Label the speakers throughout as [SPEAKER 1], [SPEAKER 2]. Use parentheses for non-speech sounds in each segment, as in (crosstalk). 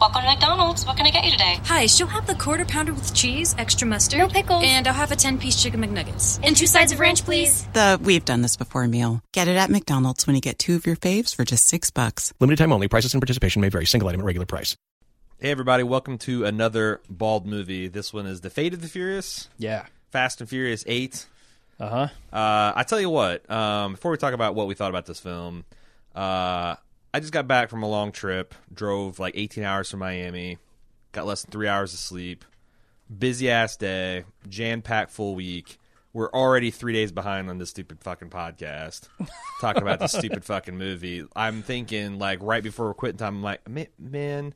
[SPEAKER 1] Welcome to McDonald's. What can I get you today?
[SPEAKER 2] Hi, she'll have the quarter pounder with cheese, extra mustard.
[SPEAKER 3] No pickles.
[SPEAKER 2] And I'll have a 10 piece chicken McNuggets.
[SPEAKER 3] And two sides of ranch, please.
[SPEAKER 4] The we've done this before meal. Get it at McDonald's when you get two of your faves for just six bucks.
[SPEAKER 5] Limited time only. Prices and participation may vary. Single item at regular price.
[SPEAKER 6] Hey, everybody, welcome to another Bald movie. This one is The Fate of the Furious,
[SPEAKER 7] Yeah.
[SPEAKER 6] Fast and Furious 8.
[SPEAKER 7] Uh huh.
[SPEAKER 6] Uh, I tell you what, um, before we talk about what we thought about this film, uh, I just got back from a long trip, drove like 18 hours from Miami, got less than three hours of sleep, busy ass day, jam packed full week. We're already three days behind on this stupid fucking
[SPEAKER 7] (laughs)
[SPEAKER 6] podcast, talking about this stupid fucking movie. I'm thinking like right before quitting time, I'm like, "Ma- man,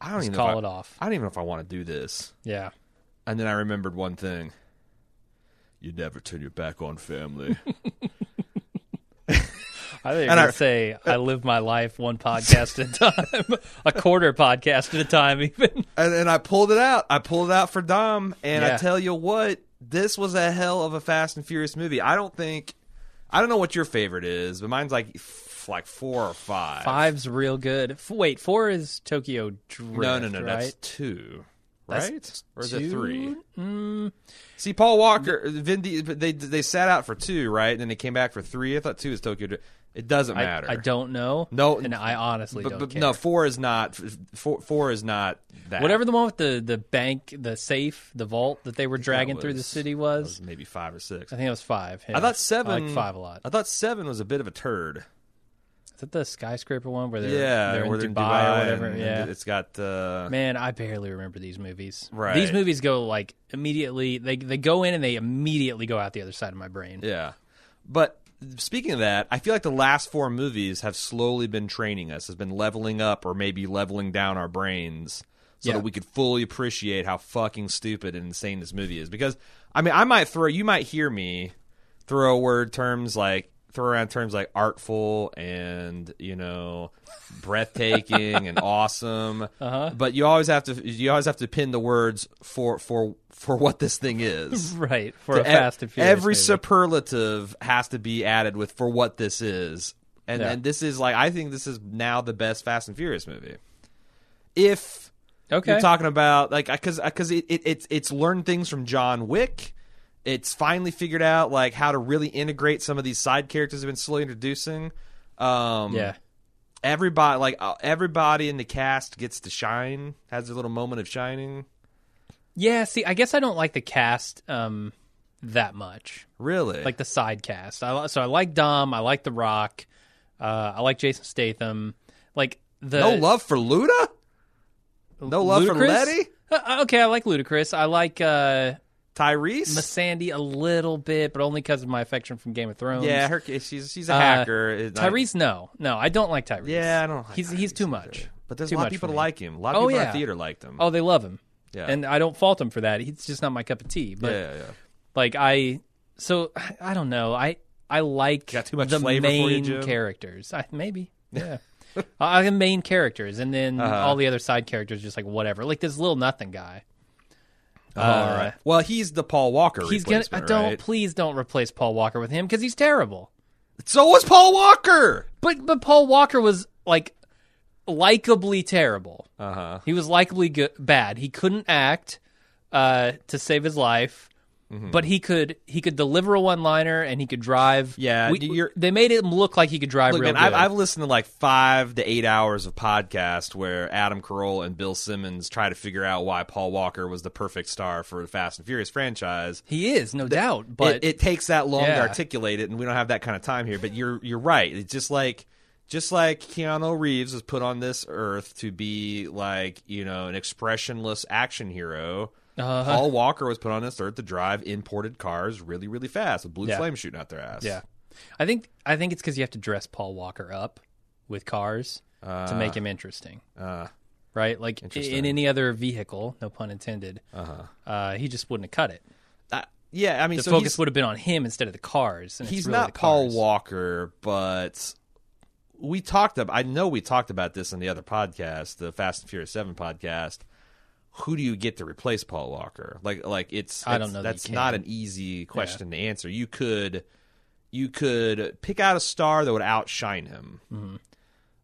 [SPEAKER 6] I don't
[SPEAKER 7] Just
[SPEAKER 6] even know if
[SPEAKER 7] call
[SPEAKER 6] I-
[SPEAKER 7] it off.
[SPEAKER 6] I don't even know if I want to do this.
[SPEAKER 7] Yeah.
[SPEAKER 6] And then I remembered one thing. You never turn your back on
[SPEAKER 7] (laughs)
[SPEAKER 6] family.
[SPEAKER 7] I think
[SPEAKER 6] And
[SPEAKER 7] I
[SPEAKER 6] I-
[SPEAKER 7] would say I live my life one podcast at a time, (laughs) a quarter podcast at a time, even.
[SPEAKER 6] and, and I pulled it out. I pulled it out for Dom. And I
[SPEAKER 7] Yeah.
[SPEAKER 6] tell you what, this was a hell of a Fast and Furious movie. I don't think, I don't know what your favorite is, but mine's like f- like four or five.
[SPEAKER 7] Five's real good. F- wait, four is Tokyo Drift.
[SPEAKER 6] No, no, no, that's
[SPEAKER 7] right?
[SPEAKER 6] two.
[SPEAKER 7] That's
[SPEAKER 6] Right or is it
[SPEAKER 7] two? Mm.
[SPEAKER 6] three? See, Paul Walker, Vin. Di- but They they sat out for two, right? And then they came back for three. I thought two is Tokyo. Dri- It doesn't matter.
[SPEAKER 7] I, I don't know.
[SPEAKER 6] No,
[SPEAKER 7] and I honestly
[SPEAKER 6] but,
[SPEAKER 7] don't
[SPEAKER 6] but
[SPEAKER 7] care.
[SPEAKER 6] no, four is not. f- Four, four is not that.
[SPEAKER 7] Whatever the one with the, the bank, the safe, the vault that they were
[SPEAKER 6] That
[SPEAKER 7] dragging through the
[SPEAKER 6] was-
[SPEAKER 7] city
[SPEAKER 6] that
[SPEAKER 7] was,
[SPEAKER 6] maybe five or six.
[SPEAKER 7] I think it was five.
[SPEAKER 6] I
[SPEAKER 7] yeah.
[SPEAKER 6] thought seven.
[SPEAKER 7] I like five a lot.
[SPEAKER 6] I thought seven was a bit of a turd.
[SPEAKER 7] Is that the skyscraper one where they're,
[SPEAKER 6] yeah,
[SPEAKER 7] they're in,
[SPEAKER 6] where
[SPEAKER 7] Dubai
[SPEAKER 6] they're
[SPEAKER 7] or whatever?
[SPEAKER 6] and- and
[SPEAKER 7] yeah.
[SPEAKER 6] it's got. Uh,
[SPEAKER 7] Man, I barely remember these movies.
[SPEAKER 6] Right.
[SPEAKER 7] These movies go like immediately. They they go in and they immediately go out the other side of my brain.
[SPEAKER 6] Yeah. But speaking of that, I feel like the last four movies have slowly been training us, has been leveling up or maybe leveling down our brains so
[SPEAKER 7] Yeah.
[SPEAKER 6] that we could fully appreciate how fucking stupid and insane this movie is. Because, I mean, I might throw, you might hear me throw word terms like, throw around terms like artful and, you know, breathtaking and awesome. Uh-huh. But you always have to, you always have to pin the words for, for, for what this thing is.
[SPEAKER 7] (laughs) Right. For a
[SPEAKER 6] to ev-
[SPEAKER 7] Fast and Furious.
[SPEAKER 6] Every
[SPEAKER 7] movie.
[SPEAKER 6] superlative has to be added with for what this is, and
[SPEAKER 7] Yeah.
[SPEAKER 6] and this is like I think this is now the best Fast and Furious movie. If
[SPEAKER 7] Okay.
[SPEAKER 6] you're talking about like because because it, it it's it's learned things from John Wick. It's finally figured out like how to really integrate some of these side characters have been slowly introducing. Um,
[SPEAKER 7] yeah.
[SPEAKER 6] everybody like uh, everybody in the cast gets to shine, has their little moment of shining.
[SPEAKER 7] Yeah. See, I guess I don't like the cast um that much.
[SPEAKER 6] Really,
[SPEAKER 7] Like the side cast. I li- so I like Dom. I like The Rock. Uh, I like Jason Statham. Like the
[SPEAKER 6] no love for Luda, no love for
[SPEAKER 7] Ludacris?
[SPEAKER 6] Letty.
[SPEAKER 7] Uh, okay, I like Ludacris. I like uh,
[SPEAKER 6] Tyrese.
[SPEAKER 7] Sandy a little bit, but only because of my affection from Game of Thrones.
[SPEAKER 6] yeah, her she's she's a
[SPEAKER 7] Uh,
[SPEAKER 6] hacker. It- I-
[SPEAKER 7] Tyrese, no, no, I don't like Tyrese.
[SPEAKER 6] yeah, I don't. Like
[SPEAKER 7] he's he's
[SPEAKER 6] Tyrese
[SPEAKER 7] too
[SPEAKER 6] either.
[SPEAKER 7] much.
[SPEAKER 6] But there's
[SPEAKER 7] Too
[SPEAKER 6] a lot of
[SPEAKER 7] much
[SPEAKER 6] people
[SPEAKER 7] for
[SPEAKER 6] that
[SPEAKER 7] me.
[SPEAKER 6] like him. A lot of
[SPEAKER 7] Oh,
[SPEAKER 6] people in
[SPEAKER 7] yeah.
[SPEAKER 6] our theater liked him.
[SPEAKER 7] Oh, they love him.
[SPEAKER 6] Yeah.
[SPEAKER 7] and I don't fault him for that. He's just not my cup of tea. But
[SPEAKER 6] yeah, yeah, yeah.
[SPEAKER 7] like I, so (sighs) I don't know. I I like
[SPEAKER 6] Got too much
[SPEAKER 7] the
[SPEAKER 6] flavor for you,
[SPEAKER 7] main
[SPEAKER 6] Jim?
[SPEAKER 7] characters. I,
[SPEAKER 6] (laughs)
[SPEAKER 7] maybe yeah. I like the main characters, and then
[SPEAKER 6] Uh-huh.
[SPEAKER 7] all the other side characters, just like whatever. Like this little nothing guy.
[SPEAKER 6] All right. Well, he's the Paul Walker.
[SPEAKER 7] uh, He's gonna. I
[SPEAKER 6] replacement,
[SPEAKER 7] don't.
[SPEAKER 6] right?
[SPEAKER 7] Please don't replace Paul Walker with him because he's terrible.
[SPEAKER 6] So was Paul Walker.
[SPEAKER 7] But but Paul Walker was like likably terrible. Uh-huh. He was likably good, bad. He couldn't act uh, to save his life,
[SPEAKER 6] Mm-hmm.
[SPEAKER 7] but he could he could deliver a one liner and he could drive.
[SPEAKER 6] Yeah,
[SPEAKER 7] We-
[SPEAKER 6] you're-
[SPEAKER 7] they made him look like he could drive.
[SPEAKER 6] Look,
[SPEAKER 7] real
[SPEAKER 6] man, I've,
[SPEAKER 7] good.
[SPEAKER 6] I've listened to like five to eight hours of podcast where Adam Carolla and Bill Simmons try to figure out why Paul Walker was the perfect star for the Fast and Furious franchise.
[SPEAKER 7] he is no doubt, but
[SPEAKER 6] it, it takes that long to
[SPEAKER 7] Yeah.
[SPEAKER 6] articulate it, and we don't have that kind of time here. But you're you're right. It's just like just like Keanu Reeves was put on this earth to be like you know an expressionless action hero.
[SPEAKER 7] Uh-huh.
[SPEAKER 6] Paul Walker was put on this earth to drive imported cars really really fast with blue
[SPEAKER 7] Yeah.
[SPEAKER 6] flames shooting out their ass.
[SPEAKER 7] yeah, I think I think it's because you have to dress Paul Walker up with cars to make him interesting.
[SPEAKER 6] Uh,
[SPEAKER 7] Right, like i- in any other vehicle, no pun intended, uh-huh. he just wouldn't have cut it.
[SPEAKER 6] I- yeah. I mean,
[SPEAKER 7] The
[SPEAKER 6] so
[SPEAKER 7] focus
[SPEAKER 6] he's-
[SPEAKER 7] would have been on him instead of the cars. And it's
[SPEAKER 6] he's
[SPEAKER 7] really
[SPEAKER 6] not
[SPEAKER 7] the
[SPEAKER 6] Paul
[SPEAKER 7] cars.
[SPEAKER 6] Walker, but we talked about. I know we talked about this in the other podcast, the Fast and Furious Seven podcast. Who do you get to replace Paul Walker? Like, like it's.
[SPEAKER 7] I don't
[SPEAKER 6] it's-
[SPEAKER 7] know that you
[SPEAKER 6] That's
[SPEAKER 7] can.
[SPEAKER 6] not an easy question to answer. You
[SPEAKER 7] Mm-hmm.
[SPEAKER 6] could, you could pick out a star that would outshine him.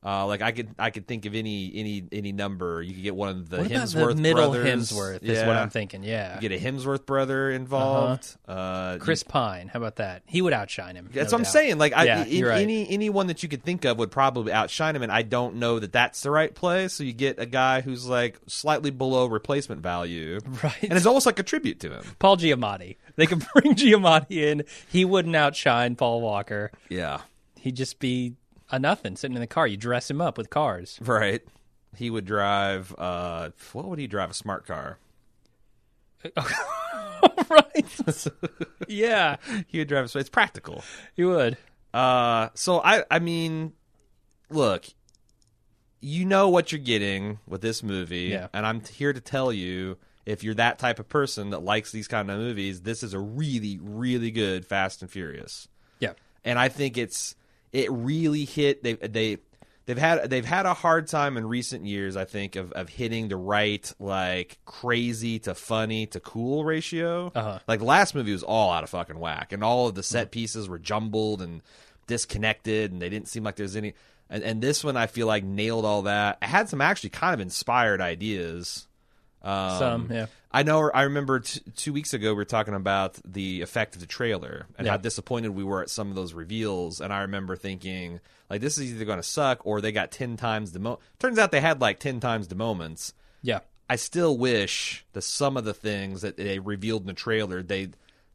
[SPEAKER 6] Uh, like I could I could think of any any any number. You could get one of the
[SPEAKER 7] What about
[SPEAKER 6] Hemsworth
[SPEAKER 7] the middle
[SPEAKER 6] brothers.
[SPEAKER 7] Hemsworth is what
[SPEAKER 6] Yeah.
[SPEAKER 7] I'm thinking. Yeah,
[SPEAKER 6] You get a Hemsworth brother involved. Uh,
[SPEAKER 7] Chris Pine. How about that? He would outshine him.
[SPEAKER 6] That's
[SPEAKER 7] no
[SPEAKER 6] what I'm
[SPEAKER 7] doubt.
[SPEAKER 6] saying. Like, I,
[SPEAKER 7] Yeah,
[SPEAKER 6] in-
[SPEAKER 7] you're right.
[SPEAKER 6] any anyone that you could think of would probably outshine him, and I don't know that that's the right play. So you get a guy who's like slightly below replacement value,
[SPEAKER 7] (laughs) Right.
[SPEAKER 6] And it's almost like a tribute to him.
[SPEAKER 7] Paul Giamatti. They could (laughs) bring Giamatti in. He wouldn't outshine Paul Walker.
[SPEAKER 6] Yeah,
[SPEAKER 7] He'd just be a nothing sitting in the car. You dress him up
[SPEAKER 6] (laughs)
[SPEAKER 7] with cars. (laughs)
[SPEAKER 6] right. He would drive. Uh, what would he drive? A smart car.
[SPEAKER 7] right. yeah,
[SPEAKER 6] (laughs) He would drive. A, it's practical.
[SPEAKER 7] you would.
[SPEAKER 6] Uh, so I, I mean, look, you know what you're getting with this movie,
[SPEAKER 7] Yeah.
[SPEAKER 6] and I'm here to tell you, if you're that type of person that likes these kind of movies, this is a really, really good Fast and Furious,
[SPEAKER 7] Yeah.
[SPEAKER 6] and I think it's it really hit they they. They've had they've had a hard time in recent years, I think, of, of hitting the right like crazy to funny to cool ratio.
[SPEAKER 7] Uh-huh. Mm-hmm.
[SPEAKER 6] Like last movie was all out of fucking whack, and all of the set pieces were jumbled and disconnected, and they didn't seem like there's any. And, and this one, I feel like nailed all that. I had some actually kind of inspired ideas. Um,
[SPEAKER 7] Some, yeah.
[SPEAKER 6] I know. I remember t- two weeks ago we were talking about the effect of the trailer and
[SPEAKER 7] Yeah.
[SPEAKER 6] how disappointed we were at some of those reveals. And I remember thinking, like, this is either going to suck or they got ten times the mo. Turns out they had like ten times the moments.
[SPEAKER 7] Yeah.
[SPEAKER 6] I still wish that some of the things that they revealed in the trailer they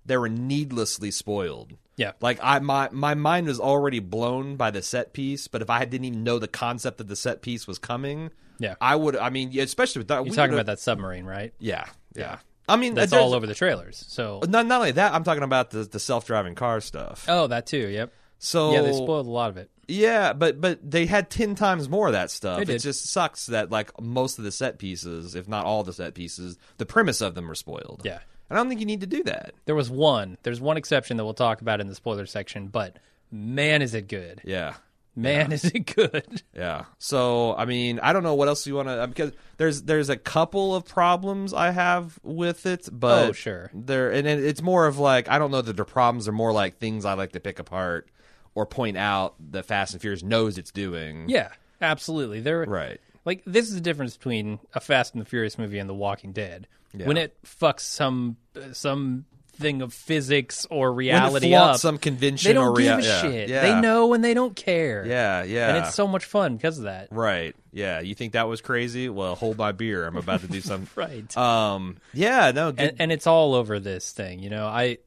[SPEAKER 6] they were needlessly spoiled.
[SPEAKER 7] Yeah.
[SPEAKER 6] Like I my my mind was already blown by the set piece, but if I didn't even know the concept of the set piece was coming,
[SPEAKER 7] Yeah.
[SPEAKER 6] I would I mean, yeah, especially with that
[SPEAKER 7] You're talking about that submarine, right?
[SPEAKER 6] Yeah. Yeah. I mean,
[SPEAKER 7] That's
[SPEAKER 6] uh,
[SPEAKER 7] all
[SPEAKER 6] there's-
[SPEAKER 7] over the trailers. So
[SPEAKER 6] Not, not only that, I'm talking about the, the self-driving car stuff.
[SPEAKER 7] Oh, that too. Yep.
[SPEAKER 6] so
[SPEAKER 7] Yeah, they
[SPEAKER 6] Oh.
[SPEAKER 7] spoiled a lot of it.
[SPEAKER 6] yeah, but but they had ten times more of that stuff.
[SPEAKER 7] They
[SPEAKER 6] It
[SPEAKER 7] did.
[SPEAKER 6] just sucks that like most of the set pieces, if not all the set pieces, the premise of them were spoiled.
[SPEAKER 7] Yeah.
[SPEAKER 6] and I don't think you need to do that.
[SPEAKER 7] There was one. There's one exception that we'll talk about in the spoiler section, but man, is it good.
[SPEAKER 6] Yeah,
[SPEAKER 7] Man, is it good. (laughs)
[SPEAKER 6] yeah. So I mean, I don't know what else you want to because there's there's a couple of problems I have with it, but
[SPEAKER 7] Oh, sure.
[SPEAKER 6] There and it- it's more of like I don't know that the problems are more like things I like to pick apart or point out that Fast and Furious knows it's doing.
[SPEAKER 7] Yeah, absolutely. There,
[SPEAKER 6] Right.
[SPEAKER 7] Like this is the difference between a Fast and the Furious movie and The Walking Dead. When it fucks some some thing of physics or reality
[SPEAKER 6] flaunts
[SPEAKER 7] up,
[SPEAKER 6] some convention
[SPEAKER 7] they don't
[SPEAKER 6] or
[SPEAKER 7] give
[SPEAKER 6] rea-
[SPEAKER 7] a
[SPEAKER 6] yeah,
[SPEAKER 7] shit.
[SPEAKER 6] yeah.
[SPEAKER 7] They know and they don't care.
[SPEAKER 6] Yeah, yeah.
[SPEAKER 7] and it's so much fun because of that.
[SPEAKER 6] Right. Yeah. You think that was crazy? Well, hold my beer. I'm about to do something.
[SPEAKER 7] (laughs) Right.
[SPEAKER 6] Um. Yeah. No. Good.
[SPEAKER 7] and, and it's all over this thing. You know, I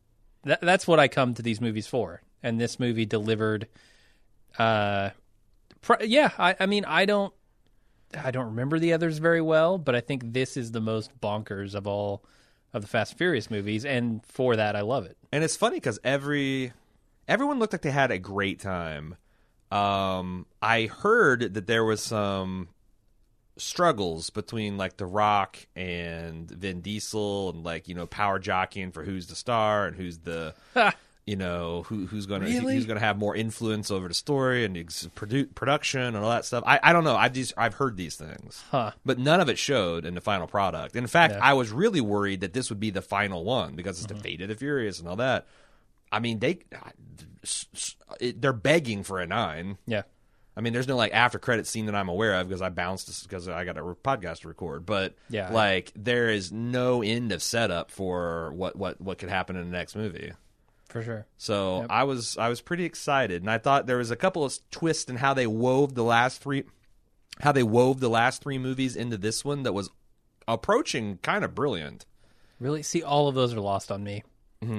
[SPEAKER 7] tha that's what I come to these movies for, and this movie delivered. Uh, pr- yeah, I, I mean, I don't, I don't remember the others very well, but I think this is the most bonkers of all of the Fast and Furious movies, and for that, I love it.
[SPEAKER 6] And it's funny because every everyone looked like they had a great time. Um, I heard that there was some struggles between like The Rock and Vin Diesel, and like you know power jockeying for who's the star and who's the you know who who's going to who's going to have more influence over the story and ex- produ- production and all that stuff. I, I don't know. I've just I've heard these things,
[SPEAKER 7] Huh.
[SPEAKER 6] but none of it showed in the final product. In fact, I was really worried that this would be the final one because it's the fate of the Furious and all that. I mean, they I- s- s- it, they're begging for a nine.
[SPEAKER 7] Yeah,
[SPEAKER 6] I mean, there's no like after credit scene that I'm aware of because I bounced because I got a re- podcast to record. But
[SPEAKER 7] Yeah.
[SPEAKER 6] like there is no end of setup for what what what could happen in the next movie.
[SPEAKER 7] for sure.
[SPEAKER 6] So I was I was pretty excited, and I thought there was a couple of twists in how they wove the last three, how they wove the last three movies into this one that was approaching kind of brilliant.
[SPEAKER 7] Really, see, all of those are lost on me.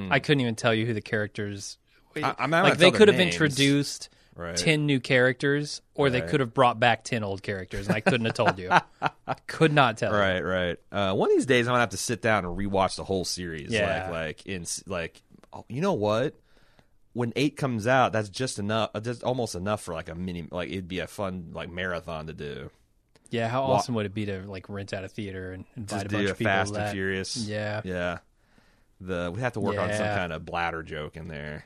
[SPEAKER 7] I couldn't even tell you who the characters.
[SPEAKER 6] Mm-hmm. I- I'm not gonna
[SPEAKER 7] like they
[SPEAKER 6] tell their
[SPEAKER 7] could have
[SPEAKER 6] names.
[SPEAKER 7] introduced
[SPEAKER 6] Right.
[SPEAKER 7] ten new characters, or they could have brought back ten old characters, and I couldn't have
[SPEAKER 6] (laughs)
[SPEAKER 7] told you. I could not tell. you.
[SPEAKER 6] Right, right. Uh, one of these days, I'm gonna have to sit down and rewatch the whole series.
[SPEAKER 7] Yeah.
[SPEAKER 6] Like, like in s- like, oh, you know what? When eight comes out, that's just enough. uh, Just almost enough for like a mini. Like it'd be a fun like marathon to do.
[SPEAKER 7] Yeah, how awesome would it be to like rent out a theater and invite
[SPEAKER 6] Just
[SPEAKER 7] a bunch
[SPEAKER 6] do a
[SPEAKER 7] of people?
[SPEAKER 6] Fast
[SPEAKER 7] to that?
[SPEAKER 6] and Furious.
[SPEAKER 7] Yeah.
[SPEAKER 6] yeah. The we have to work on some
[SPEAKER 7] Yeah.
[SPEAKER 6] kind of bladder joke in there.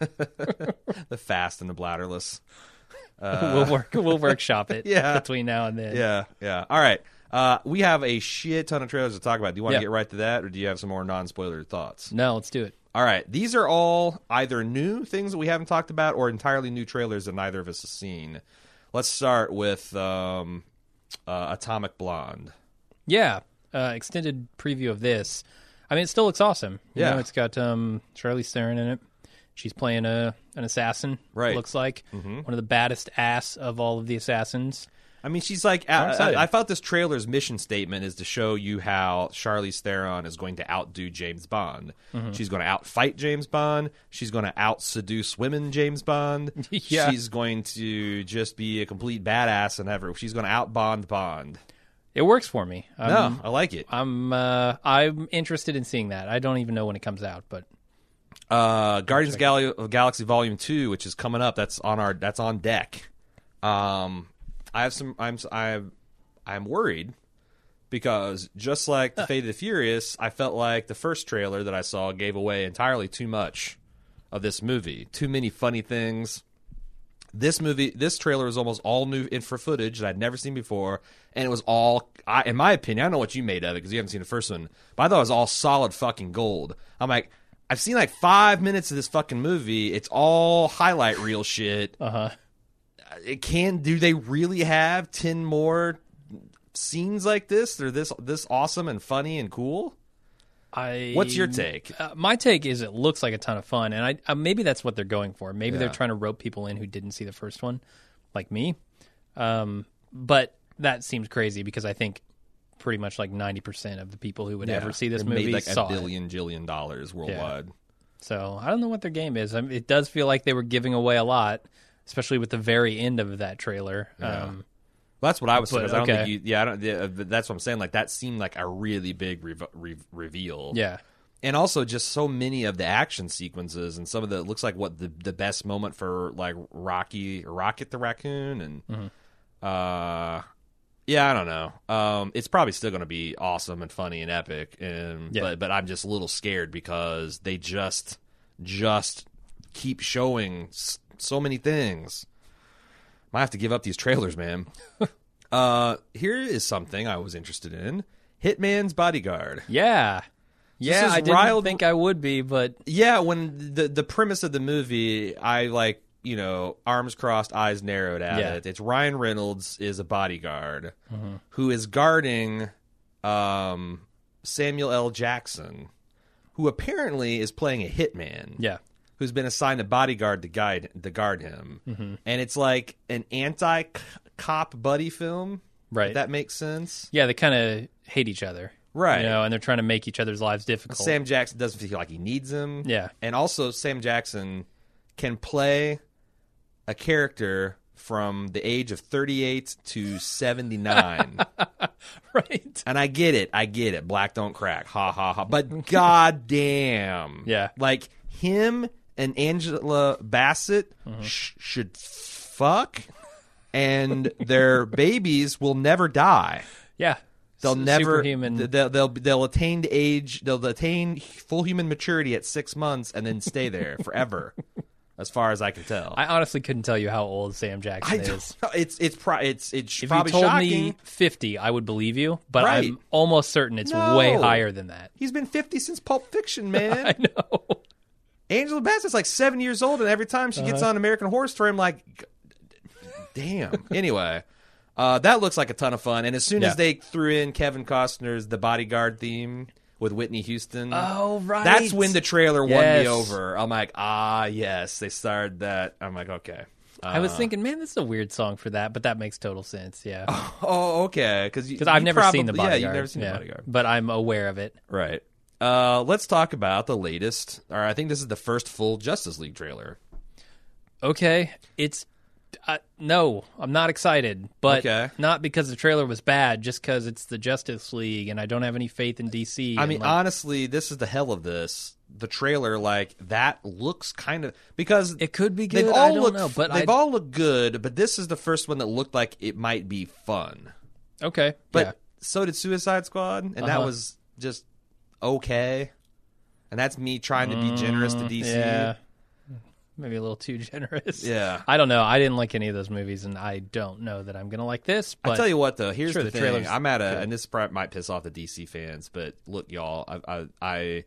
[SPEAKER 6] (laughs) the fast and the bladderless.
[SPEAKER 7] (laughs) we'll work. We'll workshop
[SPEAKER 6] (laughs)
[SPEAKER 7] it.
[SPEAKER 6] Yeah.
[SPEAKER 7] between now and then.
[SPEAKER 6] Yeah, yeah. All right. Uh, we have a shit ton of trailers to talk about. Do you want to
[SPEAKER 7] Yeah.
[SPEAKER 6] get right to that, or do you have some more non-spoiler thoughts?
[SPEAKER 7] No, let's do it.
[SPEAKER 6] All right, these are all either new things that we haven't talked about or entirely new trailers that neither of us has seen. Let's start with um, uh, Atomic Blonde.
[SPEAKER 7] Yeah, uh, extended preview of this. I mean, it still looks awesome. You
[SPEAKER 6] Yeah.
[SPEAKER 7] know, it's got um, Charlie Theron in it. She's playing a an assassin.
[SPEAKER 6] Right. Mm-hmm.
[SPEAKER 7] looks like one of the baddest ass of all of the assassins.
[SPEAKER 6] I mean, she's like.
[SPEAKER 7] I'm
[SPEAKER 6] I,
[SPEAKER 7] excited.
[SPEAKER 6] I, I thought this trailer's mission statement is to show you how Charlize Theron is going to outdo James Bond.
[SPEAKER 7] Mm-hmm.
[SPEAKER 6] She's going to outfight James Bond. She's going to out seduce women James Bond.
[SPEAKER 7] (laughs) Yeah.
[SPEAKER 6] She's going to just be a complete badass and ever. She's going to out Bond Bond.
[SPEAKER 7] It works for me. I'm,
[SPEAKER 6] No, I like it.
[SPEAKER 7] I'm uh, I'm interested in seeing that. I don't even know when it comes out, but
[SPEAKER 6] Uh, Guardians of Gal- of Galaxy Volume Two, which is coming up. That's on our. That's on deck. Um, I have some. I'm. s- I'm. I'm worried because just like the Fate of the Furious, I felt like the first trailer that I saw gave away entirely too much of this movie. Too many funny things. This movie, this trailer was almost all new infra footage that I'd never seen before, and it was all, I, in my opinion, I don't know what you made of it because you haven't seen the first one, but I thought it was all solid fucking gold. I'm like, I've seen like five minutes of this fucking movie. It's all highlight reel shit. Uh
[SPEAKER 7] Uh-huh.
[SPEAKER 6] huh. It can. Do they really have ten more scenes like this? They're this this awesome and funny and cool.
[SPEAKER 7] I.
[SPEAKER 6] What's your take?
[SPEAKER 7] Uh, my take is it looks like a ton of fun, and I uh, maybe that's what they're going for. Maybe they're trying to rope people in who didn't see the first one, like me. Um, but that seems crazy because I think pretty much like ninety percent of the people who would ever see this
[SPEAKER 6] It
[SPEAKER 7] movie
[SPEAKER 6] made like
[SPEAKER 7] saw
[SPEAKER 6] a billion jillion dollars worldwide.
[SPEAKER 7] it. So I don't know what their game is. I mean, it does feel like they were giving away a lot, especially with the very end of that trailer. Um,
[SPEAKER 6] Well, that's what I was.
[SPEAKER 7] But,
[SPEAKER 6] But, I don't think
[SPEAKER 7] okay.
[SPEAKER 6] you. Yeah, I don't. Yeah, but that's what I'm saying. Like that seemed like a really big rev rev reveal.
[SPEAKER 7] yeah.
[SPEAKER 6] and also just so many of the action sequences and some of the it looks like what the the best moment for like Rocky Rocket the Raccoon and uh yeah I don't know um it's probably still going to be awesome and funny and epic and
[SPEAKER 7] Yeah.
[SPEAKER 6] but but I'm just a little scared because they just just keep showing s- so many things might have to give up these trailers man (laughs) uh here is something I was interested in Hitman's Bodyguard
[SPEAKER 7] Yeah. Yeah,
[SPEAKER 6] is
[SPEAKER 7] I didn't
[SPEAKER 6] riled-
[SPEAKER 7] think I would be, but
[SPEAKER 6] yeah when the the premise of the movie i like you know arms crossed eyes narrowed at
[SPEAKER 7] Yeah. Mm-hmm.
[SPEAKER 6] it it's ryan reynolds is a bodyguard who is guarding um samuel l jackson who apparently is playing a hitman
[SPEAKER 7] yeah.
[SPEAKER 6] who's been assigned a bodyguard to guide to guard him
[SPEAKER 7] Mm-hmm.
[SPEAKER 6] and it's like an anti cop buddy film
[SPEAKER 7] Right.
[SPEAKER 6] if that makes sense
[SPEAKER 7] Yeah, they kind of hate each other.
[SPEAKER 6] Right.
[SPEAKER 7] You know, and they're trying to make each other's lives difficult.
[SPEAKER 6] Sam Jackson doesn't feel like he needs him.
[SPEAKER 7] Yeah.
[SPEAKER 6] And also, Sam Jackson can play a character from the age of 38 to 79.
[SPEAKER 7] (laughs) (laughs) right.
[SPEAKER 6] and I get it. I get it. Black don't crack. Ha ha ha. But goddamn.
[SPEAKER 7] (laughs) Yeah.
[SPEAKER 6] Like him and Angela Bassett
[SPEAKER 7] Mm-hmm.
[SPEAKER 6] sh- should fuck, and their (laughs) babies will never die.
[SPEAKER 7] Yeah.
[SPEAKER 6] They'll
[SPEAKER 7] S-
[SPEAKER 6] never
[SPEAKER 7] superhuman.
[SPEAKER 6] th- They'll, they'll they'll attain age. They'll attain full human maturity at six months and then stay
[SPEAKER 7] (laughs)
[SPEAKER 6] there forever, as far as I can tell.
[SPEAKER 7] I honestly couldn't tell you how old Sam Jackson
[SPEAKER 6] I
[SPEAKER 7] is.
[SPEAKER 6] don't. know. It's it's pro- it's it's
[SPEAKER 7] If
[SPEAKER 6] probably
[SPEAKER 7] you told
[SPEAKER 6] shocking.
[SPEAKER 7] me 50, I would believe you, but
[SPEAKER 6] Right.
[SPEAKER 7] I'm almost certain it's way
[SPEAKER 6] No.
[SPEAKER 7] higher than that. (laughs)
[SPEAKER 6] He's been fifty since Pulp Fiction, man. I know. Angela Bassett's like seven years old, and every time she
[SPEAKER 7] Uh-huh.
[SPEAKER 6] gets on American Horror Story, I'm like, "G- damn. anyway. Uh, that looks like a ton of fun, and as soon
[SPEAKER 7] Yeah.
[SPEAKER 6] as they threw in Kevin Costner's The Bodyguard theme with Whitney Houston,
[SPEAKER 7] Oh, right.
[SPEAKER 6] That's when the trailer won
[SPEAKER 7] Yes.
[SPEAKER 6] me over. I'm like, ah, yes, they started that. I'm like, okay. Uh,
[SPEAKER 7] I was thinking, man, this is a weird song for that, but that makes total sense. Yeah.
[SPEAKER 6] Oh, okay. Because
[SPEAKER 7] Because I've never seen The Bodyguard.
[SPEAKER 6] Yeah, you've never seen The Bodyguard.
[SPEAKER 7] But I'm aware of it.
[SPEAKER 6] Right. Uh, let's talk about the latest. Or I think this is the first full Justice League trailer.
[SPEAKER 7] okay, it's uh, no, I'm not excited, but
[SPEAKER 6] Okay.
[SPEAKER 7] not because the trailer was bad, just because it's the Justice League, and I don't have any faith in DC.
[SPEAKER 6] I
[SPEAKER 7] and,
[SPEAKER 6] mean,
[SPEAKER 7] like,
[SPEAKER 6] honestly, this is the hell of this. The trailer, like that, looks kind of because
[SPEAKER 7] It could be
[SPEAKER 6] They've
[SPEAKER 7] good,
[SPEAKER 6] all
[SPEAKER 7] I don't
[SPEAKER 6] looked,
[SPEAKER 7] know, but
[SPEAKER 6] they've
[SPEAKER 7] I-
[SPEAKER 6] all looked good. But this is the first one that looked like it might be fun.
[SPEAKER 7] okay,
[SPEAKER 6] But
[SPEAKER 7] yeah.
[SPEAKER 6] so did Suicide Squad, and that
[SPEAKER 7] Uh-huh.
[SPEAKER 6] was just okay. And that's me trying to be generous to DC.
[SPEAKER 7] Mm, yeah, maybe a little too (laughs) generous.
[SPEAKER 6] Yeah.
[SPEAKER 7] I don't know. I didn't like any of those movies, and I don't know that I'm gonna like this. But
[SPEAKER 6] I tell you what, though, here's
[SPEAKER 7] Sure,
[SPEAKER 6] the,
[SPEAKER 7] the
[SPEAKER 6] thing.
[SPEAKER 7] trailer's
[SPEAKER 6] I'm at a, and this probably might piss off the DC fans, but look, y'all, I, I, I,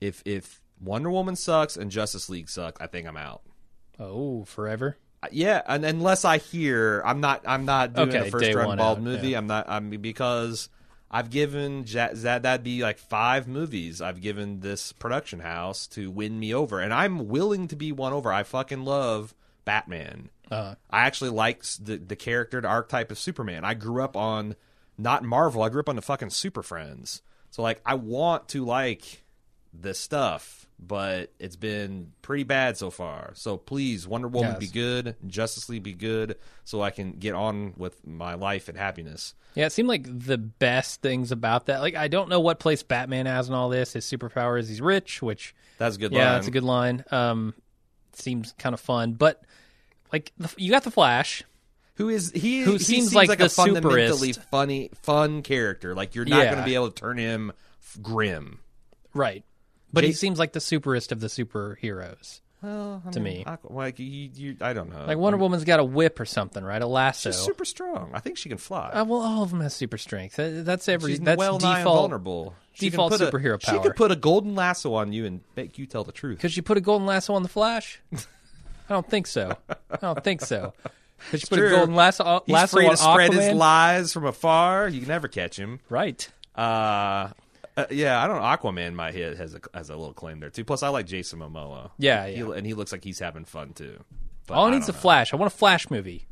[SPEAKER 6] if if Wonder Woman sucks and Justice League sucks, I think I'm out.
[SPEAKER 7] oh, forever.
[SPEAKER 6] Yeah, and unless I hear, I'm not. I'm not doing
[SPEAKER 7] Okay,
[SPEAKER 6] the first
[SPEAKER 7] day
[SPEAKER 6] Dragon
[SPEAKER 7] one
[SPEAKER 6] Ball
[SPEAKER 7] out,
[SPEAKER 6] movie.
[SPEAKER 7] yeah.
[SPEAKER 6] I'm not. I'm because I've given that that'd be like five movies I've given this production house to win me over, and I'm willing to be won over. I fucking love Batman.
[SPEAKER 7] Uh-huh.
[SPEAKER 6] I actually like s- the the character, the archetype of Superman. I grew up on not Marvel. I grew up on the fucking Super Friends. So like, I want to like this stuff, but it's been pretty bad so far. So please, Wonder Woman
[SPEAKER 7] Yes.
[SPEAKER 6] be good, Justice League be good, so I can get on with my life and happiness.
[SPEAKER 7] Yeah, it seemed like the best things about that. Like, I don't know what place Batman has in all this. His superpower is he's rich, which
[SPEAKER 6] That's a good.
[SPEAKER 7] yeah,
[SPEAKER 6] line.
[SPEAKER 7] that's a good line. Um, seems kind of fun, but like the, you got the Flash.
[SPEAKER 6] Who is he?
[SPEAKER 7] Who
[SPEAKER 6] he
[SPEAKER 7] seems
[SPEAKER 6] seems
[SPEAKER 7] like
[SPEAKER 6] like,
[SPEAKER 7] the
[SPEAKER 6] a fundamentally
[SPEAKER 7] superest.
[SPEAKER 6] funny, fun character. Like you're not
[SPEAKER 7] Yeah.
[SPEAKER 6] going to be able to turn him f- grim.
[SPEAKER 7] Right. But he
[SPEAKER 6] Jake-
[SPEAKER 7] seems like the superest of the superheroes. Well, to me,
[SPEAKER 6] Aqu- Like you, you, I don't know.
[SPEAKER 7] like Wonder Woman's got a whip or something, right? A lasso.
[SPEAKER 6] Mm-hmm. She's super strong. I think she can fly.
[SPEAKER 7] Uh, well, all of them has super strength. Uh, That's every.
[SPEAKER 6] She's
[SPEAKER 7] that's
[SPEAKER 6] well nigh
[SPEAKER 7] default.
[SPEAKER 6] vulnerable. She can
[SPEAKER 7] default
[SPEAKER 6] put a-
[SPEAKER 7] superhero
[SPEAKER 6] She
[SPEAKER 7] power.
[SPEAKER 6] could put a golden lasso on you and make you tell the truth.
[SPEAKER 7] Could she put a golden lasso on
[SPEAKER 6] (laughs)
[SPEAKER 7] the Flash? I don't think so. I don't think so. Could she put a
[SPEAKER 6] True.
[SPEAKER 7] golden lasso, uh,
[SPEAKER 6] He's
[SPEAKER 7] lasso
[SPEAKER 6] free
[SPEAKER 7] on
[SPEAKER 6] to spread his
[SPEAKER 7] Aquaman?
[SPEAKER 6] lies from afar. You can never catch him.
[SPEAKER 7] right.
[SPEAKER 6] Uh, uh, yeah, I don't. know. Aquaman might hit has a has a little claim there too. Plus, I like Jason Momoa.
[SPEAKER 7] Yeah,
[SPEAKER 6] He-
[SPEAKER 7] yeah.
[SPEAKER 6] and he looks like he's having fun too. But
[SPEAKER 7] All I
[SPEAKER 6] I
[SPEAKER 7] need is a
[SPEAKER 6] don't know.
[SPEAKER 7] Flash. I want a Flash movie.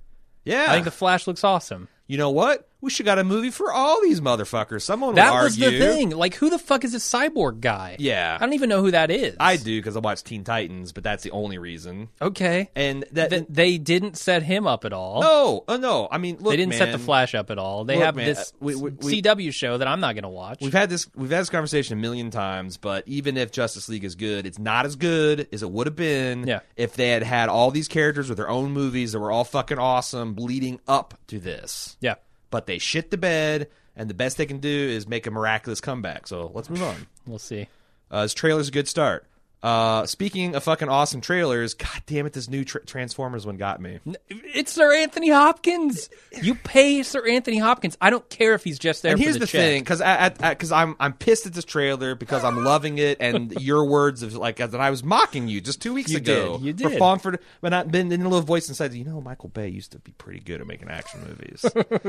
[SPEAKER 6] Yeah,
[SPEAKER 7] I think the Flash looks awesome.
[SPEAKER 6] you know what? We should got a movie for all these motherfuckers. Someone
[SPEAKER 7] That
[SPEAKER 6] would
[SPEAKER 7] was
[SPEAKER 6] argue.
[SPEAKER 7] the thing. Like, who the fuck is this cyborg guy?
[SPEAKER 6] Yeah.
[SPEAKER 7] I don't even know who that is.
[SPEAKER 6] I do because I watch Teen Titans, but that's the only reason.
[SPEAKER 7] Okay.
[SPEAKER 6] And that
[SPEAKER 7] Th- they didn't set him up at all.
[SPEAKER 6] no, uh, no. I mean, look,
[SPEAKER 7] they didn't set the
[SPEAKER 6] man.
[SPEAKER 7] Flash up at all. They
[SPEAKER 6] Look,
[SPEAKER 7] have
[SPEAKER 6] man,
[SPEAKER 7] this
[SPEAKER 6] uh, we- we- we-
[SPEAKER 7] CW show that I'm not going to watch.
[SPEAKER 6] We've had this we've had this conversation a million times, but even if Justice League is good, it's not as good as it would have been
[SPEAKER 7] Yeah.
[SPEAKER 6] if they had had all these characters with their own movies that were all fucking awesome leading up to this.
[SPEAKER 7] yeah.
[SPEAKER 6] But they shit the bed, and the best they can do is make a miraculous comeback. So let's move on.
[SPEAKER 7] We'll see.
[SPEAKER 6] Uh, this trailer's a good start. Uh, speaking of fucking awesome trailers, god damn it, this new tra- Transformers one got me.
[SPEAKER 7] It's Sir Anthony Hopkins. You pay Sir Anthony Hopkins. I don't care if he's just there.
[SPEAKER 6] And
[SPEAKER 7] for
[SPEAKER 6] here's
[SPEAKER 7] the,
[SPEAKER 6] the
[SPEAKER 7] check.
[SPEAKER 6] thing, because because I'm I'm pissed at this trailer because I'm loving it,
[SPEAKER 7] (laughs)
[SPEAKER 6] and your words of like that I was mocking you just two weeks
[SPEAKER 7] You
[SPEAKER 6] ago.
[SPEAKER 7] did, you
[SPEAKER 6] For
[SPEAKER 7] did.
[SPEAKER 6] falling for, but not been in a little voice inside. You know, Michael Bay used to be pretty good at making action
[SPEAKER 7] (laughs)
[SPEAKER 6] movies.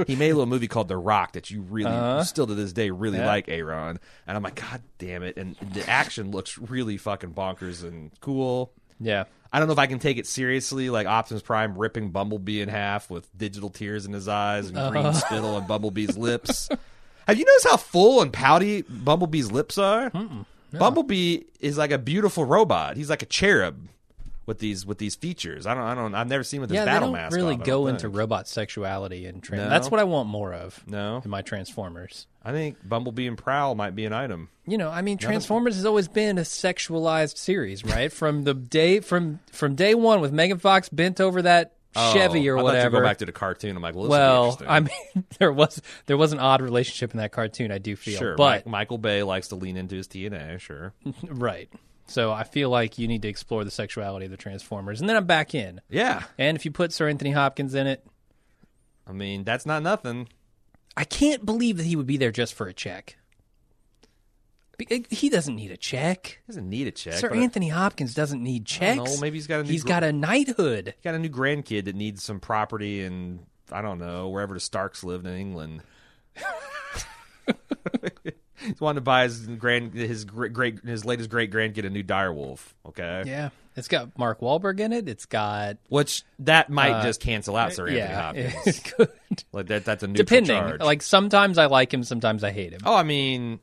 [SPEAKER 6] he made a little movie called The Rock that you really
[SPEAKER 7] Uh-huh.
[SPEAKER 6] still to this day really like, Aaron. And I'm like, God damn it! And the action looks really fucking bonkers and cool.
[SPEAKER 7] Yeah.
[SPEAKER 6] I don't know if I can take it seriously, like Optimus Prime ripping Bumblebee in half with digital tears in his eyes and
[SPEAKER 7] Uh-huh.
[SPEAKER 6] green spittle on Bumblebee's
[SPEAKER 7] (laughs)
[SPEAKER 6] lips. Have you noticed how full and pouty Bumblebee's lips are? Bumblebee is like a beautiful robot. He's like a cherub with these with these features. I don't I don't I've never seen with this
[SPEAKER 7] Yeah, they
[SPEAKER 6] battle
[SPEAKER 7] don't
[SPEAKER 6] mask.
[SPEAKER 7] really
[SPEAKER 6] on, I
[SPEAKER 7] go
[SPEAKER 6] don't
[SPEAKER 7] into
[SPEAKER 6] think.
[SPEAKER 7] robot sexuality and trans.
[SPEAKER 6] No.
[SPEAKER 7] That's what I want more of.
[SPEAKER 6] No.
[SPEAKER 7] in my Transformers.
[SPEAKER 6] I think Bumblebee and Prowl might be an item.
[SPEAKER 7] You know, I mean, Transformers has always been a sexualized series, right? (laughs) from the day from from day one with Megan Fox bent over that Chevy
[SPEAKER 6] Oh,
[SPEAKER 7] or
[SPEAKER 6] I thought you
[SPEAKER 7] whatever.
[SPEAKER 6] Go back to the cartoon. I'm like, well, this would be
[SPEAKER 7] well,
[SPEAKER 6] interesting.
[SPEAKER 7] I mean, (laughs) there was there was an odd relationship in that cartoon. I do feel,
[SPEAKER 6] sure.
[SPEAKER 7] but
[SPEAKER 6] Mi- Michael Bay likes to lean into his TNA. Sure.
[SPEAKER 7] (laughs) right. So I feel like you need to explore the sexuality of the Transformers, and then I'm back in.
[SPEAKER 6] Yeah.
[SPEAKER 7] And if you put Sir Anthony Hopkins in it,
[SPEAKER 6] I mean, that's not nothing.
[SPEAKER 7] I can't believe that he would be there just for a check. Be- He doesn't need a check.
[SPEAKER 6] He doesn't need a check.
[SPEAKER 7] Sir
[SPEAKER 6] but I-
[SPEAKER 7] Anthony Hopkins doesn't need
[SPEAKER 6] don't know,
[SPEAKER 7] checks.
[SPEAKER 6] maybe he's got a new
[SPEAKER 7] He's
[SPEAKER 6] gr-
[SPEAKER 7] got a knighthood.
[SPEAKER 6] got a new grandkid that needs some property and I don't know wherever the Starks lived in England. (laughs) He's wanting to buy his grand his gr- great his latest great grandkid a new direwolf. Okay,
[SPEAKER 7] Yeah, it's got Mark Wahlberg in it. It's got
[SPEAKER 6] which that might just cancel out Sir
[SPEAKER 7] Uh, yeah,
[SPEAKER 6] Anthony Hopkins.
[SPEAKER 7] it's (laughs) good.
[SPEAKER 6] (laughs) Like that, that's a neutral
[SPEAKER 7] Depending,
[SPEAKER 6] charge.
[SPEAKER 7] like sometimes I like him, sometimes I hate him.
[SPEAKER 6] oh, I mean,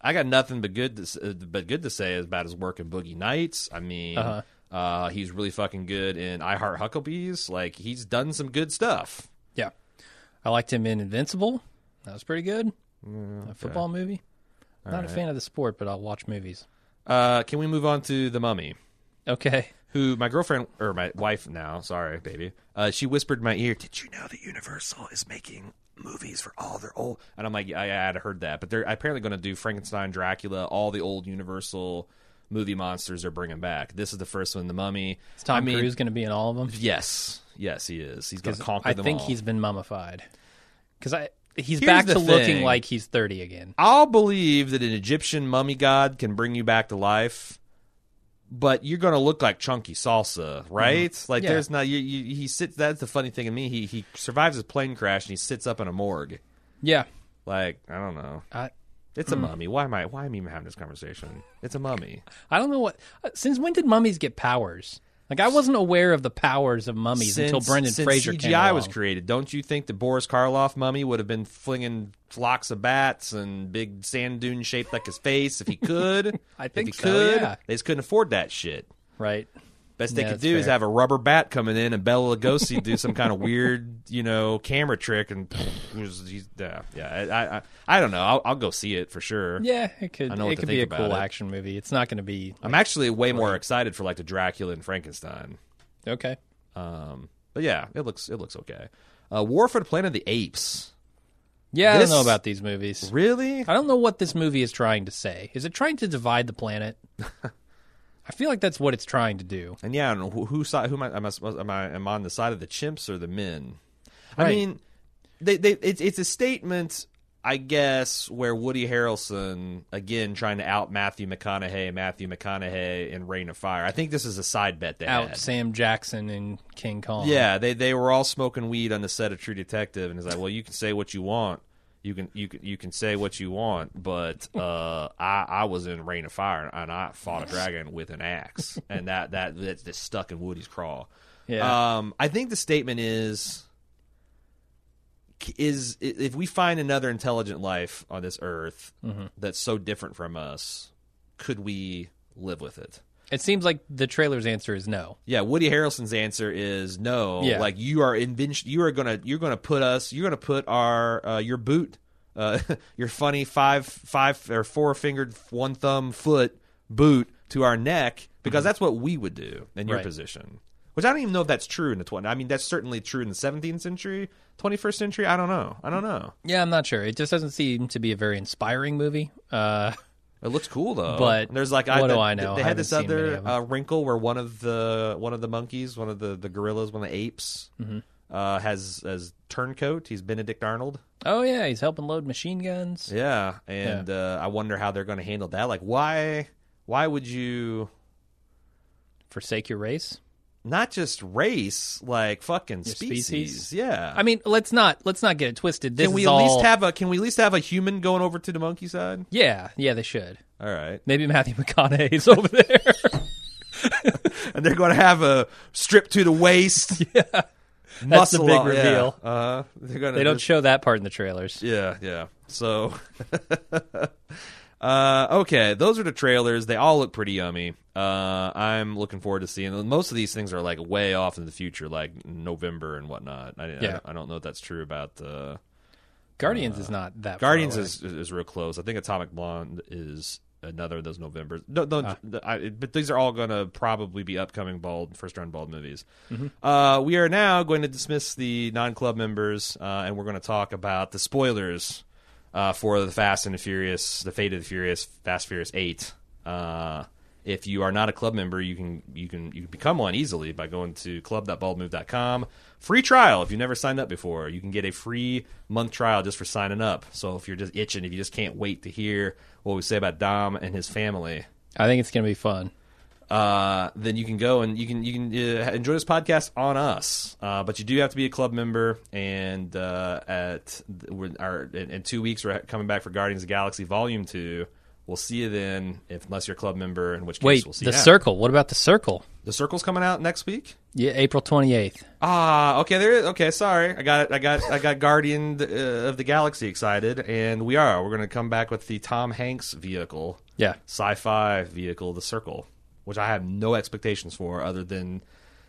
[SPEAKER 6] I got nothing but good to, s- uh, but good to say about his work in Boogie Nights. I mean.
[SPEAKER 7] Uh-huh.
[SPEAKER 6] uh he's really fucking good in I Heart Huckabees. Like he's done some good stuff.
[SPEAKER 7] Yeah, I liked him in Invincible. That was pretty good.
[SPEAKER 6] Mm,
[SPEAKER 7] A football movie. Not a fan of the sport, but I'll watch movies.
[SPEAKER 6] Uh, can we move on to the Mummy?
[SPEAKER 7] Okay.
[SPEAKER 6] who my girlfriend or my wife now, sorry, baby, uh, she whispered in my ear, "Did you know that Universal is making movies for all their old?" And I'm like, "Yeah, yeah, I'd heard that, but they're apparently going to do Frankenstein, Dracula, all the old Universal movie monsters are bringing back. This is the first one, The Mummy.
[SPEAKER 7] Is Tom
[SPEAKER 6] I mean,
[SPEAKER 7] Cruise going to be in all of them?
[SPEAKER 6] Yes, yes, he is. He's going to conquer
[SPEAKER 7] I
[SPEAKER 6] them
[SPEAKER 7] think
[SPEAKER 6] all.
[SPEAKER 7] he's been mummified. Because I
[SPEAKER 6] Here's
[SPEAKER 7] he's back
[SPEAKER 6] the
[SPEAKER 7] to looking
[SPEAKER 6] thing.
[SPEAKER 7] like he's thirty again.
[SPEAKER 6] I'll believe that an Egyptian mummy god can bring you back to life, but you're gonna look like chunky salsa, right? Like
[SPEAKER 7] Mm-hmm. Yeah.
[SPEAKER 6] there's not. You, you, he sits. That's the funny thing to me. He he survives his plane crash and he sits up in a morgue.
[SPEAKER 7] Yeah.
[SPEAKER 6] Like I don't know.
[SPEAKER 7] I
[SPEAKER 6] It's
[SPEAKER 7] Hmm.
[SPEAKER 6] a mummy. Why am I? Why am I even having this conversation? It's a mummy.
[SPEAKER 7] I don't know what. uh, Since when did mummies get powers? Like I wasn't aware of the powers of mummies until
[SPEAKER 6] Since-
[SPEAKER 7] Brendan
[SPEAKER 6] since
[SPEAKER 7] Fraser
[SPEAKER 6] CGI
[SPEAKER 7] came along.
[SPEAKER 6] was created. Don't you think the Boris Karloff mummy would have been flinging flocks of bats and big sand dune shaped like his face if he could?
[SPEAKER 7] (laughs) I
[SPEAKER 6] If
[SPEAKER 7] think
[SPEAKER 6] he
[SPEAKER 7] so,
[SPEAKER 6] could,
[SPEAKER 7] yeah.
[SPEAKER 6] They just couldn't afford that shit.
[SPEAKER 7] right.
[SPEAKER 6] Best they
[SPEAKER 7] Yeah,
[SPEAKER 6] could
[SPEAKER 7] that's
[SPEAKER 6] do is
[SPEAKER 7] fair.
[SPEAKER 6] have a rubber bat coming in and Bella Lugosi do some kind of weird, you know, camera trick and (laughs) it was- he's- yeah, yeah. I, I- I, I don't know. I'll, I'll go see it for sure.
[SPEAKER 7] Yeah, it could.
[SPEAKER 6] I know what
[SPEAKER 7] it
[SPEAKER 6] to
[SPEAKER 7] could
[SPEAKER 6] think
[SPEAKER 7] be a
[SPEAKER 6] about
[SPEAKER 7] cool
[SPEAKER 6] it.
[SPEAKER 7] action movie. It's not going to be
[SPEAKER 6] I'm actually way more excited for like the Dracula and Frankenstein.
[SPEAKER 7] okay.
[SPEAKER 6] But yeah, it looks it looks okay. Uh, War for the Planet of the Apes.
[SPEAKER 7] Yeah,
[SPEAKER 6] This-
[SPEAKER 7] I don't know about these movies.
[SPEAKER 6] Really?
[SPEAKER 7] I don't know what this movie is trying to say. Is it trying to divide
[SPEAKER 6] (laughs)
[SPEAKER 7] the planet? I feel like that's what it's trying to do.
[SPEAKER 6] And yeah, I don't know who, who side. Who am I? Am I, am I? Am I on the side of the chimps or the men? I
[SPEAKER 7] Right.
[SPEAKER 6] mean, they, they, it's it's a statement, I guess, where Woody Harrelson again trying to out Matthew McConaughey, Matthew McConaughey in Rain of Fire. I think this is a side bet they
[SPEAKER 7] Out
[SPEAKER 6] had.
[SPEAKER 7] Sam Jackson and King Kong.
[SPEAKER 6] Yeah, they they were all smoking weed on the set of True Detective, and it's like, well, you can say what you want. You can you can you can say what you want, but uh, I I was in Rain of Fire and I fought a dragon with an axe, and that that that's just stuck in Woody's craw.
[SPEAKER 7] Yeah.
[SPEAKER 6] Um, I think the statement is is i- if we find another intelligent life on this earth that's so different from us, could we live with it?
[SPEAKER 7] It seems like the trailer's answer is no.
[SPEAKER 6] Yeah, Woody Harrelson's answer is no.
[SPEAKER 7] Yeah.
[SPEAKER 6] Like you are invention. You are gonna you're gonna put us. You're gonna put our uh, your boot, uh, (laughs) your funny five five or four fingered one thumb foot boot to our neck because that's what we would do in your
[SPEAKER 7] Mm-hmm. Right.
[SPEAKER 6] position. Which I don't even know if that's true in the twenty. I mean, that's certainly true in the seventeenth century, twenty first century. I don't know. I don't know.
[SPEAKER 7] Yeah, I'm not sure. It just doesn't seem to be a very inspiring movie. Uh, (laughs)
[SPEAKER 6] It looks cool though.
[SPEAKER 7] But
[SPEAKER 6] And there's like
[SPEAKER 7] what
[SPEAKER 6] I,
[SPEAKER 7] do I know?
[SPEAKER 6] They
[SPEAKER 7] I
[SPEAKER 6] had
[SPEAKER 7] haven't
[SPEAKER 6] this
[SPEAKER 7] seen many
[SPEAKER 6] other
[SPEAKER 7] of 'em.
[SPEAKER 6] uh, wrinkle where one of the one of the monkeys, one of the the gorillas, one of the apes,
[SPEAKER 7] Mm-hmm.
[SPEAKER 6] uh, has as turncoat. He's Benedict Arnold.
[SPEAKER 7] oh yeah, he's helping load machine guns.
[SPEAKER 6] Yeah, and Uh, I wonder how they're going to handle that. Like, why why would you
[SPEAKER 7] Forsake your race.
[SPEAKER 6] not just race like fucking
[SPEAKER 7] species?
[SPEAKER 6] species? Yeah,
[SPEAKER 7] I mean, let's not let's not get it twisted. This
[SPEAKER 6] can we
[SPEAKER 7] is
[SPEAKER 6] at
[SPEAKER 7] all,
[SPEAKER 6] least have a can we at least have a human going over to the monkey side?
[SPEAKER 7] Yeah, yeah, they should.
[SPEAKER 6] All right.
[SPEAKER 7] Maybe Matthew (laughs) McConaughey's over there. (laughs)
[SPEAKER 6] and they're going to have a strip to the
[SPEAKER 7] (laughs)
[SPEAKER 6] waist. yeah,
[SPEAKER 7] That's the big reveal.
[SPEAKER 6] Uh, they're gonna
[SPEAKER 7] they don't
[SPEAKER 6] just-
[SPEAKER 7] show that part in the trailers.
[SPEAKER 6] yeah, yeah. So, (laughs) uh, okay, those are the trailers. They all look pretty yummy. Uh, I'm looking forward to seeing them. Most of these things are like way off in the future, like November and whatnot. I, I-
[SPEAKER 7] Yeah.
[SPEAKER 6] I, don't know if that's true about the
[SPEAKER 7] Guardians is not that. far
[SPEAKER 6] Guardians
[SPEAKER 7] away.
[SPEAKER 6] is is real close. I think Atomic Blonde is another of those November. No, no,
[SPEAKER 7] Ah.
[SPEAKER 6] I, but these are all going to probably be upcoming bald first round bald movies.
[SPEAKER 7] Mm-hmm.
[SPEAKER 6] Uh, we are now going to dismiss the non club members, uh, and we're going to talk about the spoilers uh, for the Fast and the Furious, the Fate of the Furious, Fast Furious Eight. Uh, if you are not a club member, you can you can you can become one easily by going to club.baldmove.com. Free trial if you've never signed up before. You can get a free month trial just for signing up. So if you're just itching, if you just can't wait to hear what we say about Dom and his family,
[SPEAKER 7] I think it's gonna be fun.
[SPEAKER 6] uh, then you can go and you can you can uh, enjoy this podcast on us. Uh, but you do have to be a club member. And uh, at th- we're, our in, in two weeks, we're coming back for Guardians of the Galaxy Volume Two. We'll see you then, if, unless you're a club member. In which case,
[SPEAKER 7] Wait,
[SPEAKER 6] we'll see
[SPEAKER 7] the
[SPEAKER 6] you out.
[SPEAKER 7] circle. What about the circle?
[SPEAKER 6] The circle's coming out next week.
[SPEAKER 7] Yeah, April twenty eighth.
[SPEAKER 6] Ah, okay. There is. Okay, sorry. I got I got I got Guardian uh, of the Galaxy excited, and we are. We're going to come back with the Tom Hanks vehicle.
[SPEAKER 7] Yeah.
[SPEAKER 6] Sci-fi vehicle, The Circle, which I have no expectations for, other than.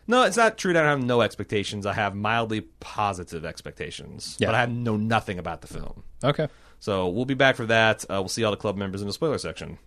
[SPEAKER 6] No, it's not true. That I have no expectations. I have mildly positive expectations,
[SPEAKER 7] Yeah.
[SPEAKER 6] but I have know nothing about the film.
[SPEAKER 7] Okay.
[SPEAKER 6] So we'll be back for that. Uh, we'll see all the club members in the spoiler section.